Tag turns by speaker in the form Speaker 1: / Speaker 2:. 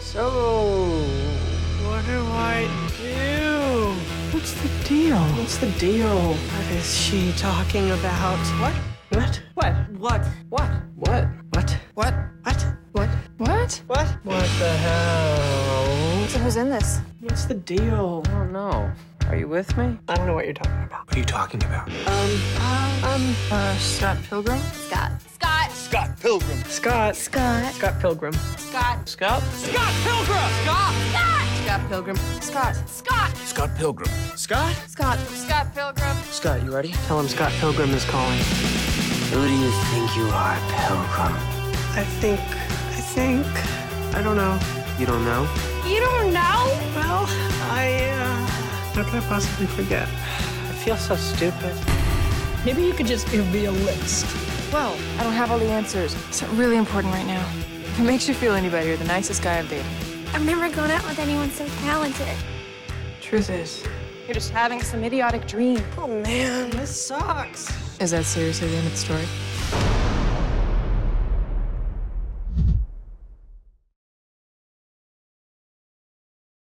Speaker 1: So, what do I do? What's the deal? What's the deal? What is she talking about? What? What? What? What? What? What? What? What? What? What?
Speaker 2: What?
Speaker 1: What? What the hell?
Speaker 2: So who's in this?
Speaker 1: What's the deal?
Speaker 3: I don't know. Are you with me?
Speaker 1: I don't know what you're talking about.
Speaker 4: What are you talking about?
Speaker 1: Um, uh, um, uh, Scott Pilgrim?
Speaker 2: Scott. Scott.
Speaker 5: Scott Pilgrim.
Speaker 1: Scott.
Speaker 2: Scott.
Speaker 1: Scott Pilgrim.
Speaker 2: Scott.
Speaker 3: Scott?
Speaker 5: Scott Pilgrim.
Speaker 2: Scott. Scott Pilgrim. Scott. Scott.
Speaker 4: Scott Pilgrim.
Speaker 5: Scott?
Speaker 2: Scott. Scott Pilgrim.
Speaker 4: Scott, you ready?
Speaker 1: Tell him Scott Pilgrim is calling.
Speaker 4: Who do you think you are, Pilgrim?
Speaker 1: I think. I think. I don't know.
Speaker 4: You don't know?
Speaker 2: You don't know?
Speaker 1: Well, I, uh. How could I possibly forget? I feel so stupid.
Speaker 6: Maybe you could just give me a list.
Speaker 2: Well, I don't have all the answers. So really important right now. If it makes you feel any better, you're the nicest guy I've dated.
Speaker 7: I've never gone out with anyone so talented.
Speaker 2: Truth is, you're just having some idiotic dream.
Speaker 1: Oh man, this sucks.
Speaker 2: Is that seriously the end of the story?